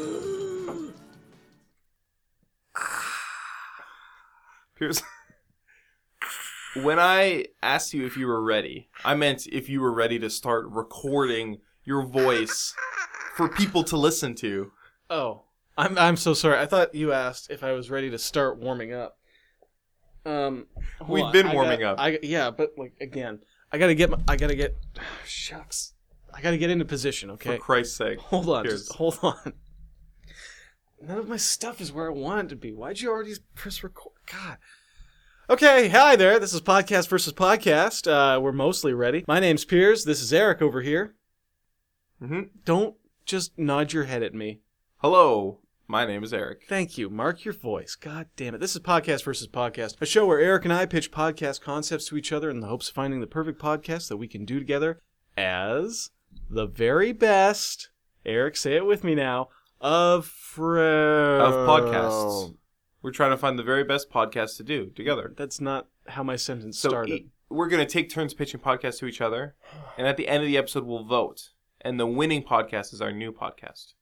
when I asked you if you were ready, I meant if you were ready to start recording your voice for people to listen to. Oh, I'm I'm so sorry. I thought you asked if I was ready to start warming up. Um, hold We've on. been I warming got- up. I yeah, but like again, I gotta get my, I gotta get shucks, I gotta get into position. Okay, For Christ's sake. hold on, Here's- just hold on. None of my stuff is where I want it to be. Why'd you already press record? God. Okay, hi there. This is podcast versus podcast. Uh, we're mostly ready. My name's Piers. This is Eric over here. hmm Don't just nod your head at me. Hello, my name is Eric. Thank you. Mark your voice. God damn it. This is Podcast versus Podcast, a show where Eric and I pitch podcast concepts to each other in the hopes of finding the perfect podcast that we can do together as the very best. Eric, say it with me now. Of fr- Of Oh. podcasts. We're trying to find the very best podcast to do together. That's not how my sentence So started. e- we're going to take turns pitching podcasts to each other, and at the end of the episode, we'll vote. And the winning podcast is our new podcast.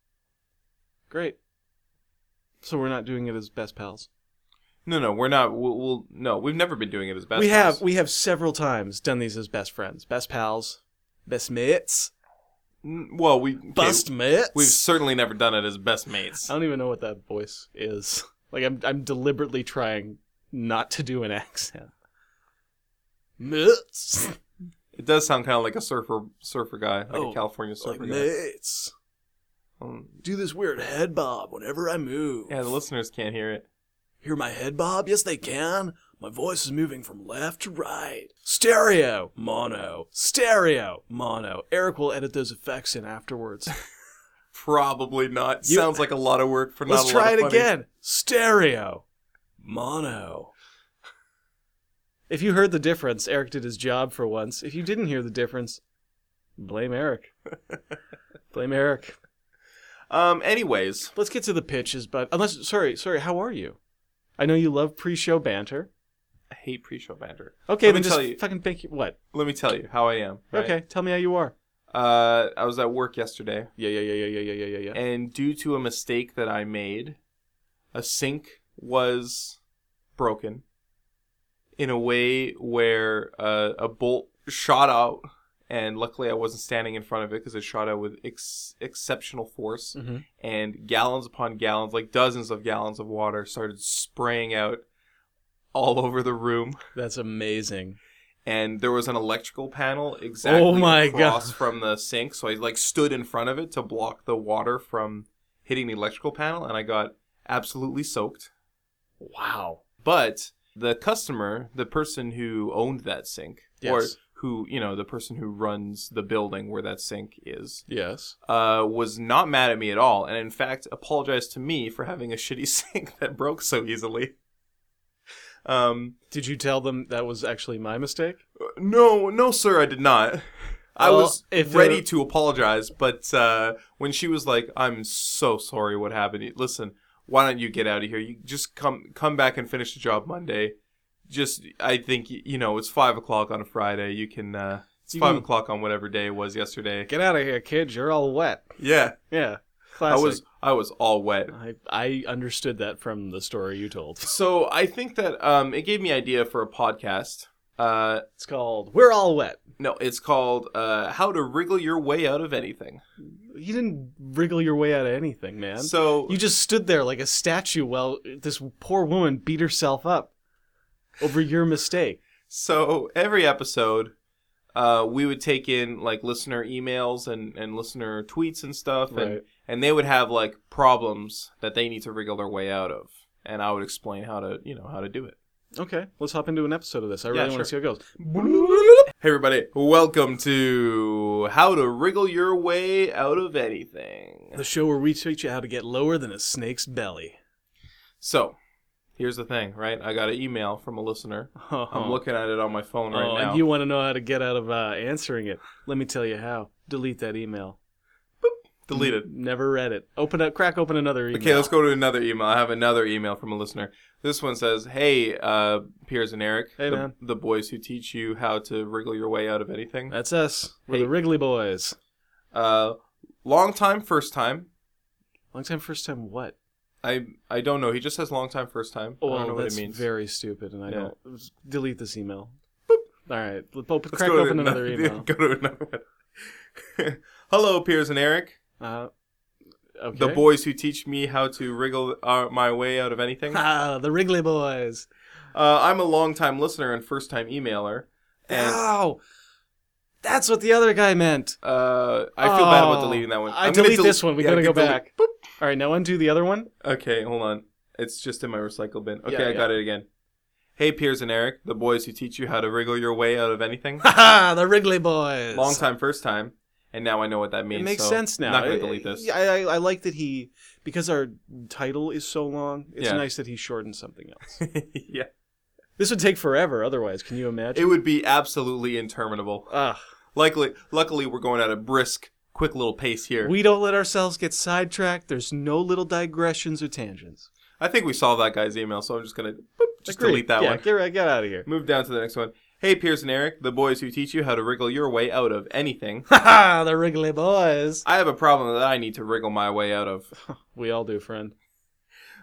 Great. So we're not doing it as best pals. No, no, we're not. We'll, we'll no, we've never been doing it as best. we friends. have we have several times done these as best friends, best pals, best mates, N- Well, we okay, best mates. We've certainly never done it as best mates. I don't even know what that voice is. Like I'm I'm deliberately trying not to do an accent. Mates. It does sound kind of like a surfer surfer guy, like Oh, a California surfer Like guy. mates. Um, Do this weird head bob whenever I move. yeah, the listeners can't hear it. Hear my head bob? Yes they can. My voice is moving from left to right. Stereo mono. Stereo mono. Eric will edit those effects in afterwards. Probably not. You- Sounds like a lot of work for not. Let's a lot try of it funny- again. Stereo. Mono. If you heard the difference, Eric did his job for once. If you didn't hear the difference, blame Eric. blame Eric. Um. Anyways, Let's get to the pitches, but unless sorry, sorry, how are you? I know you love pre-show banter. I hate pre-show banter. Okay, Let then me just tell you- fucking thank you. What? Let me tell you how I am. right? Okay, tell me how you are. Uh, I was at work yesterday, Yeah, yeah, yeah, yeah, yeah, yeah, yeah, yeah, yeah. and due to a mistake that I made, a sink was broken in a way where uh, a bolt shot out, and luckily I wasn't standing in front of it because it shot out with ex- exceptional force, Mm-hmm. and gallons upon gallons, like dozens of gallons of water, started spraying out all over the room That's amazing. and there was an electrical panel exactly Oh my across from the sink. So I like stood in front of it to block the water from hitting the electrical panel, and I got absolutely soaked. Wow. But the customer, the person who owned that sink, Yes. or who you know, the person who runs the building where that sink is, Yes. uh, was not mad at me at all, and in fact apologized to me for having a shitty sink that broke so easily. Um, Did you tell them that was actually my mistake? No, no, sir, I did not. I Well, was if there- ready to apologize, but uh, when she was like, "I'm so sorry, what happened? Listen, why don't you get out of here? You just come come back and finish the job Monday. Just, I think y- you know, it's five o'clock on a Friday. You can. Uh, it's You five can- o'clock on whatever day it was yesterday. Get out of here, kid. You're all wet. Yeah, Yeah. I Classic. was I was all wet. I, I understood that from the story you told. So I think that um, it gave me idea for a podcast. Uh, It's called We're All Wet. no, it's called uh, "How to Wriggle Your Way Out of Anything." You didn't wriggle your way out of anything, man. So you just stood there like a statue while this poor woman beat herself up over your mistake. So every episode, uh, we would take in like listener emails and, and listener tweets and stuff, and, Right. and they would have like problems that they need to wriggle their way out of, and I would explain how to you know how to do it. Okay, let's hop into an episode of this. I really Yeah, want to see sure. how it goes. Hey everybody, welcome to how to wriggle your way out of anything. The show where we teach you how to get lower than a snake's belly. So here's the thing, right? I got an email from a listener. I'm looking at it on my phone right oh, now. and you want to know how to get out of uh, answering it. Let me tell you how. Delete that email. Deleted. Never read it. Open up, crack open another email. Okay, let's go to another email. I have another email from a listener. This one says, "Hey, uh, Piers and Eric, Hey, the, man. the boys who teach you how to wriggle your way out of anything. That's us. We're Hey. the Wrigley Boys. Uh, long time, first time. Long time, first time. What? I I don't know. He just says long time, first time. I don't know what it that's means. very stupid, and I Yeah. don't delete this email. All right. Let's op- Let's crack go to open another email. Go to another one. Hello, Piers and Eric, Uh, okay. the boys who teach me how to wriggle uh, my way out of anything. uh, Ah, the Wrigley boys. I'm a longtime listener and first time emailer, and Ow! That's what the other guy meant. uh, I feel bad about Oh, deleting that one. I I'm gonna delete del- this one. We yeah, gotta go delete- back. All right, now undo the other one. Okay, hold on. It's just in my recycle bin. Okay, Yeah, I got it again. Hey, Piers and Eric, the boys who teach you how to wriggle your way out of anything. Ha ha! The Wrigley boys. Long time, first time, and now I know what that means. It makes so sense now. Not gonna I- delete this. I, I, I like that he because our title is so long. It's Yeah. nice that he shortened something else. yeah, this would take forever. Otherwise, can you it imagine? Ah, would be absolutely interminable. Ugh. Luckily, luckily, we're going at a brisk, quick little pace here. we don't let ourselves get sidetracked. There's no little digressions or tangents. I think we solved that guy's email, so I'm just gonna boop, just Agreed. delete that yeah, one. Get, get out of here. Move down to the next one. Hey, Piers and Eric, the boys who teach you how to wriggle your way out of anything. Ha ha! The Wrigley boys. I have a problem that I need to wriggle my way out of. We all do, friend.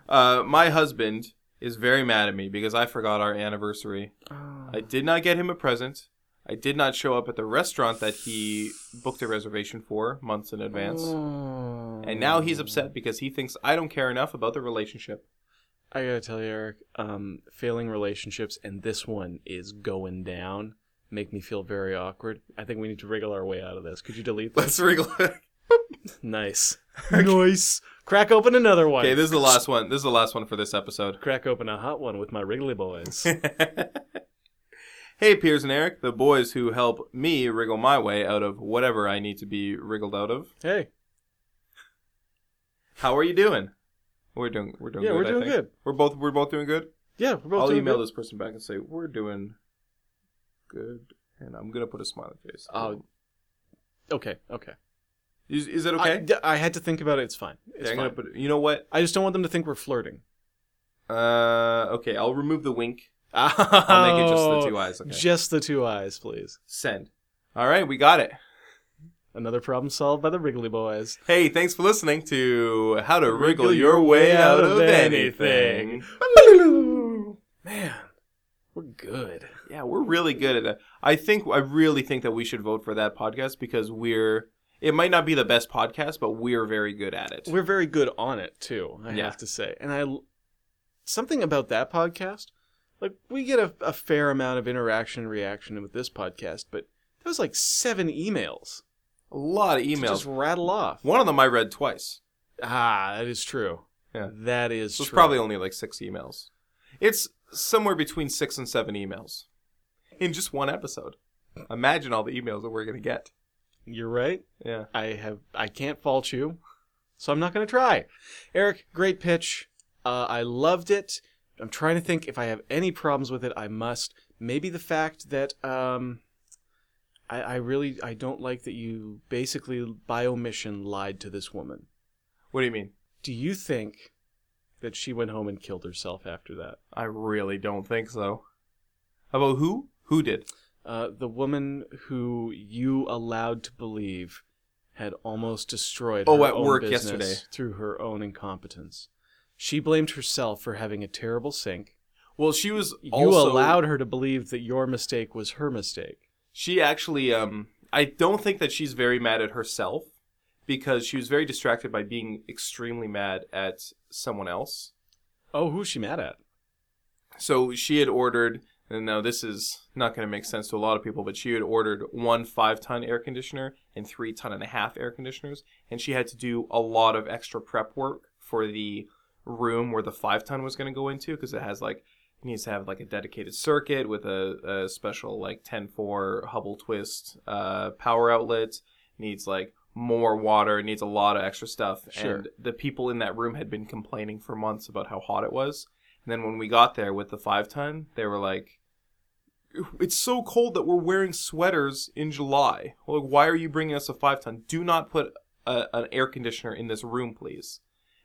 Uh, my husband is very mad at me because I forgot our anniversary. I did not get him a present. I did not show up at the restaurant that he booked a reservation for months in advance. Mm. And now he's upset because he thinks I don't care enough about the relationship. I gotta tell you, Eric, um, failing relationships, and this one is going down, make me feel very awkward. I think we need to wriggle our way out of this. Could you delete that? Let's wriggle. nice. Nice. Crack open another one. okay, this is the last one. This is the last one for this episode. Crack open a hot one with my Wrigley boys. hey, Piers and Eric, the boys who help me wriggle my way out of whatever I need to be wriggled out of. hey. How are you doing? We're doing. We're doing. Yeah, good, we're I doing think. good. We're both. We're both doing good. Yeah, we're both I'll doing email good. this person back and say we're doing good, and I'm gonna put a smiley face. Oh, Okay, okay. is, is that okay? I, d- I had to think about it. It's fine. It's Yeah, I'm fine. gonna put. You know what? I just don't want them to think we're flirting. Uh, okay, I'll remove the wink. I'll I'll make it just the two eyes. Okay. Just the two eyes, please. Send. All right, we got it. Another problem solved by the Wrigley boys. Hey, thanks for listening to How to Wriggle, Wriggle Your Your Way Way Out Out of of Anything. Anything. Man, we're good. Yeah, we're really good at that. I think I really think that we should vote for that podcast because we're. It might not be the best podcast, but we're very good at it. We're very good on it too. I Yeah. have to say, and I something about that podcast. Like we get a, a fair amount of interaction and reaction with this podcast, but that was like seven emails. a lot of to emails. just rattle off. One of them I read twice. Ah, that is true. Yeah. That is So it's true. probably only like six emails. It's somewhere between six and seven emails in just one episode. Imagine all the emails that we're gonna get. You're right. Yeah. I have I can't fault you, so I'm not gonna try. Eric, great pitch. Uh, I loved it. I'm trying to think if I have any problems with it. I must. Maybe the fact that um, I, I really I don't like that you basically by omission lied to this woman. What do you mean? Do you think that she went home and killed herself after that? I really don't think so. About who? Who did? Uh, the woman who you allowed to believe had almost destroyed Oh, her at own work business yesterday. through her own incompetence. She blamed herself for having a terrible sink. Well, she was You also allowed her to believe that your mistake was her mistake. She actually, um, I don't think that she's very mad at herself because she was very distracted by being extremely mad at someone else. Oh, who's she mad at? So she had ordered, and now this is not going to make sense to a lot of people, but she had ordered one five ton air conditioner and three ton and a half air conditioners, and she had to do a lot of extra prep work for the room where the five ton was going to go into because it has like it needs to have like a dedicated circuit with a, a special like 10-4 Hubble twist uh, power outlet. Needs like more water. It needs a lot of extra stuff. Sure. And the people in that room had been complaining for months about how hot it was. And then when we got there with the five ton, they were like, "It's so cold that we're wearing sweaters in July. Like, why are you bringing us a five ton? Do not put a, an air conditioner in this room, please."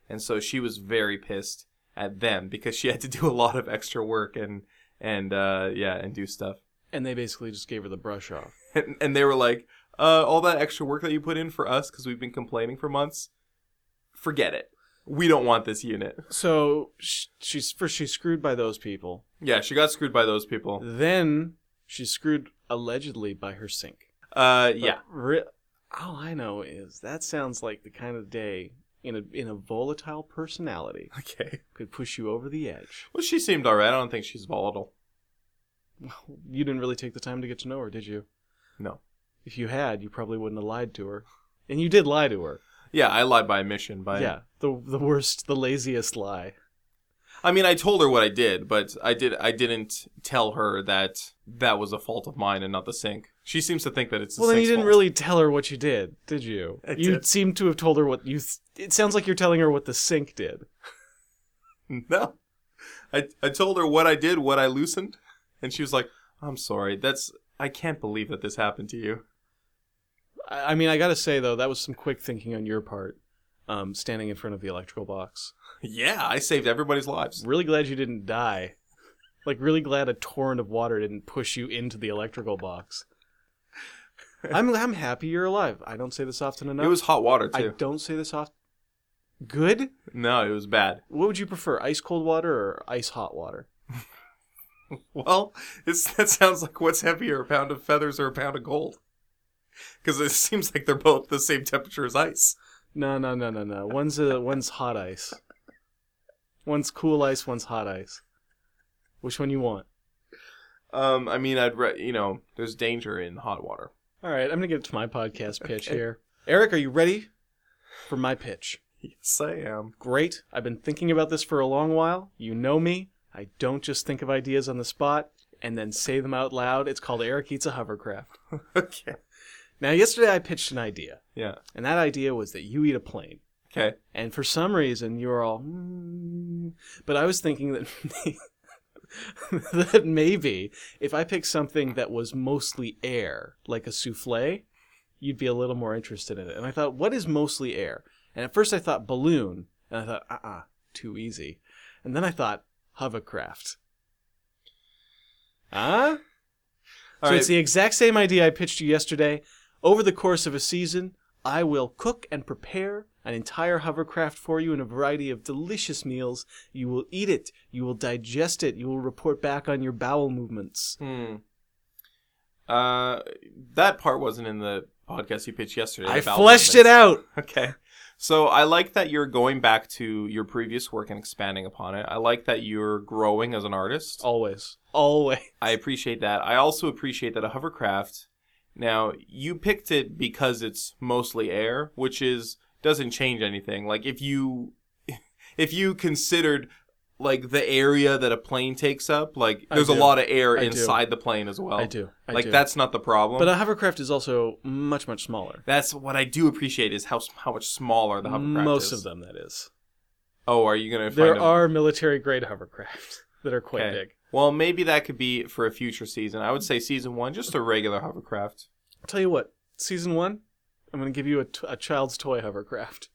And so she was very pissed at them because she had to do a lot of extra work and and uh, yeah and do stuff. And they basically just gave her the brush off. And, and they were like, uh, "All that extra work that you put in for us because we've been complaining for months, forget it. We don't want this unit." So sh- she's first she's screwed by those people. Yeah, she got screwed by those people. Then She's screwed allegedly by her sink. Uh, But yeah. re- all I know is that sounds like the kind of day in a in a volatile personality Okay. could push you over the edge. Well, she seemed alright. I don't think she's volatile. Well, you didn't really take the time to get to know her, did you? No. If you had, you probably wouldn't have lied to her. And you did lie to her. Yeah, I lied by omission. By Yeah, the the worst, the laziest lie. I mean, I told her what I did, but I did. I didn't tell her that that was a fault of mine and not the sink. She seems to think that it's. The well, then you sink's didn't fault. really tell her what you did, did you? I you did. seem to have told her what you. Th- it sounds like you're telling her what the sink did. No. I, I told her what I did, what I loosened, and she was like, I'm sorry. That's I can't believe that this happened to you. I, I mean, I gotta say though, that was some quick thinking on your part, um, standing in front of the electrical box. yeah, I saved everybody's lives. Really glad you didn't die. Like, really glad a torrent of water didn't push you into the electrical box. I'm I'm happy you're alive. I don't say this often enough. It was hot water I too. don't say this often. Good. No, it was bad. What would you prefer, ice cold water or ice hot water? Well, it's that sounds like what's heavier, a pound of feathers or a pound of gold? Because it seems like they're both the same temperature as ice. No, no, no, no, no. One's a, one's hot ice. One's cool ice. One's hot ice. Which one you want? Um, I mean, I'd re- you know, there's danger in hot water. All right, I'm gonna get to my podcast pitch Okay. here. Eric, are you ready for my pitch? Yes, I am. Great. I've been thinking about this for a long while. You know me. I don't just think of ideas on the spot and then say them out loud. It's called Eric eats a hovercraft. okay. Now, yesterday I pitched an idea, Yeah. and that idea was that you eat a plane. Okay. And for some reason, you were all. "Mm." But I was thinking that that maybe if I picked something that was mostly air, like a souffle, you'd be a little more interested in it. And I thought, what is mostly air? And at first, I thought balloon, and I thought, uh, uh too easy. And then I thought hovercraft. Ah? Huh? All so right. it's the exact same idea I pitched you yesterday. Over the course of a season, I will cook and prepare an entire hovercraft for you in a variety of delicious meals. You will eat it, you will digest it, you will report back on your bowel movements. Hmm. Uh, that part wasn't in the podcast you pitched yesterday. I about fleshed movements. it out. Okay. So I like that you're going back to your previous work and expanding upon it. I like that you're growing as an artist. Always. Always. I appreciate that. I also appreciate that a hovercraft. Now, you picked it because it's mostly air, which is doesn't change anything. Like if you if you considered like the area that a plane takes up, like I there's a do. lot of air I do. inside the plane as well. I do. I like do. that's not the problem. But a hovercraft is also much, much smaller. that's what I do appreciate is how s- how much smaller the hovercraft Most is. of them, that is. Oh, are you gonna There find a- are military grade hovercraft that are quite Okay. big. Well, maybe that could be for a future season. I would say season one, just a regular hovercraft. I'll tell you what, season one, I'm going to give you a, t- a child's toy hovercraft.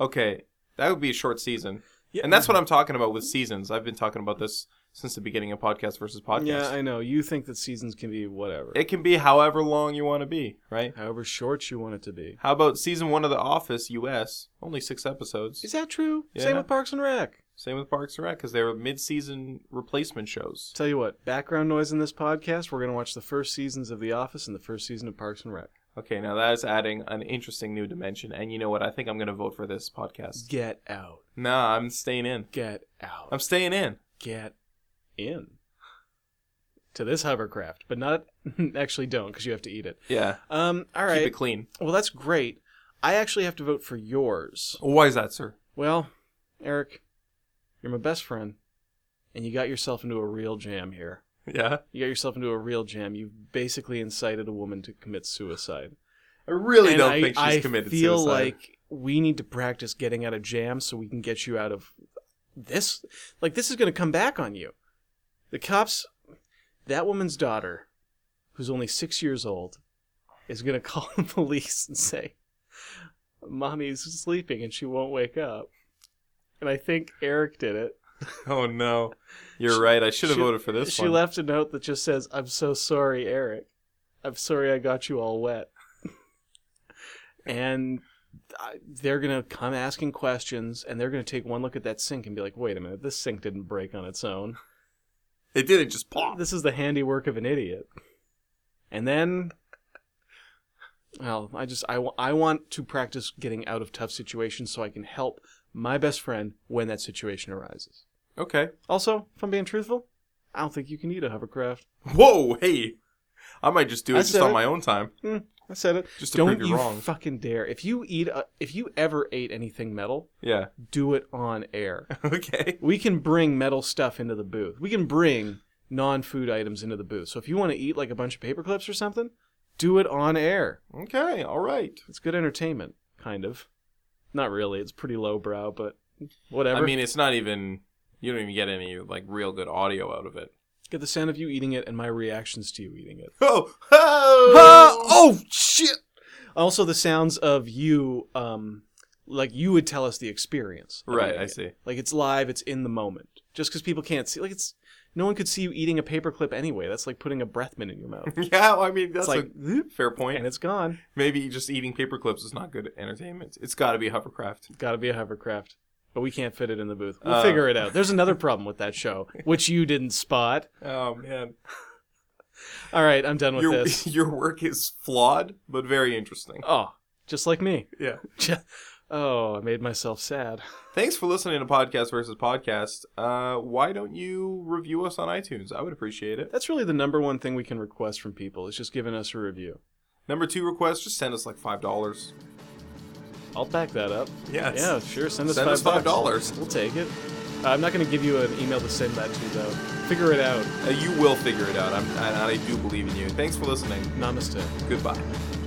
Okay, that would be a short season, Yeah, uh-huh. and that's what I'm talking about with seasons. I've been talking about this since the beginning of podcast versus podcast. Yeah, I know. You think that seasons can be whatever, it can be however long you want to be, right? however short you want it to be. How about season one of The Office U.S. Only six episodes. Is that true? Yeah. Same with Parks and Rec. Same with Parks and Rec because they were mid-season replacement shows. Tell you what, background noise in this podcast. We're going to watch the first seasons of The Office and the first season of Parks and Rec. Okay, now that is adding an interesting new dimension. And you know what? I think I'm going to vote for this podcast. Get out. Nah, I'm staying in. Get out. I'm staying in. Get in. To this hovercraft, but not actually don't because you have to eat it. Yeah, Um, all keep right. it clean. Well, that's great. I actually have to vote for yours. Why is that, sir? Well, Eric, you're my best friend, and you got yourself into a real jam here. Yeah. You got yourself into a real jam. You've basically incited a woman to commit suicide. I really And don't I, think she's I committed feel suicide. like we need to practice getting out of jams so we can get you out of this. Like this is going to come back on you. The cops, that woman's daughter, who's only six years old, is going to call the police and say, "Mommy's sleeping and she won't wake up." And I think Eric did it. oh no, you're She- right. I should have she- voted for this she one. left a note that just says, "I'm so sorry, Eric. I'm sorry I got you all wet." and I- they're gonna come asking questions, and they're gonna take one look at that sink and be like, "Wait a minute, this sink didn't break on its own." It didn't just pop. This is the handiwork of an idiot. And then, well, I just I, wa- I want to practice getting out of tough situations so I can help my best friend when that situation arises. Okay. Also, if I'm being truthful, I don't think you can eat a hovercraft. Whoa, hey. I might just do it I just said on it. my own time. I said it. Just to Don't prove you you're wrong. fucking dare! If you eat, a, if you ever ate anything metal, Yeah. do it on air. Okay. we can bring metal stuff into the booth. We can bring non-food items into the booth. So if you want to eat like a bunch of paper clips or something, do it on air. Okay, all right. It's good entertainment, kind of. Not really. It's pretty lowbrow, but whatever. I mean, it's not even you don't even get any like real good audio out of it. get the sound of you eating it and my reactions to you eating it. Oh, Ah! oh, oh shit! Also, the sounds of you, um, like you would tell us the experience. of Right, eating I it. see. Like it's live, it's in the moment. Just because people can't see, like it's no one could see you eating a paperclip anyway. That's like putting a Breathman in your mouth. Yeah, well, I mean It's that's like, a fair and point. it's gone. Maybe just eating paper clips is not good entertainment. It's got to be hovercraft. Got to be a hovercraft, but we can't fit it in the booth. We'll Uh. figure it out. There's another problem with that show, which you didn't spot. Oh man, All right, I'm done with your this. your work is flawed but very interesting. Oh, just like me. Yeah. Ju- oh, I made myself sad. Thanks for listening to Podcast versus Podcast. Uh, why don't you review us on iTunes? I would appreciate it. That's really the number one thing we can request from people is just giving us a review. Number two request: just send us like five dollars. I'll back that up. Yes. Yeah, sure. Send us Send five us five bucks. dollars. We'll take it. Uh, I'm not going to give you an email to send that to though. Figure it out. Uh, you will figure it out. I'm, I, I do believe in you. Thanks for listening. Namaste. Goodbye.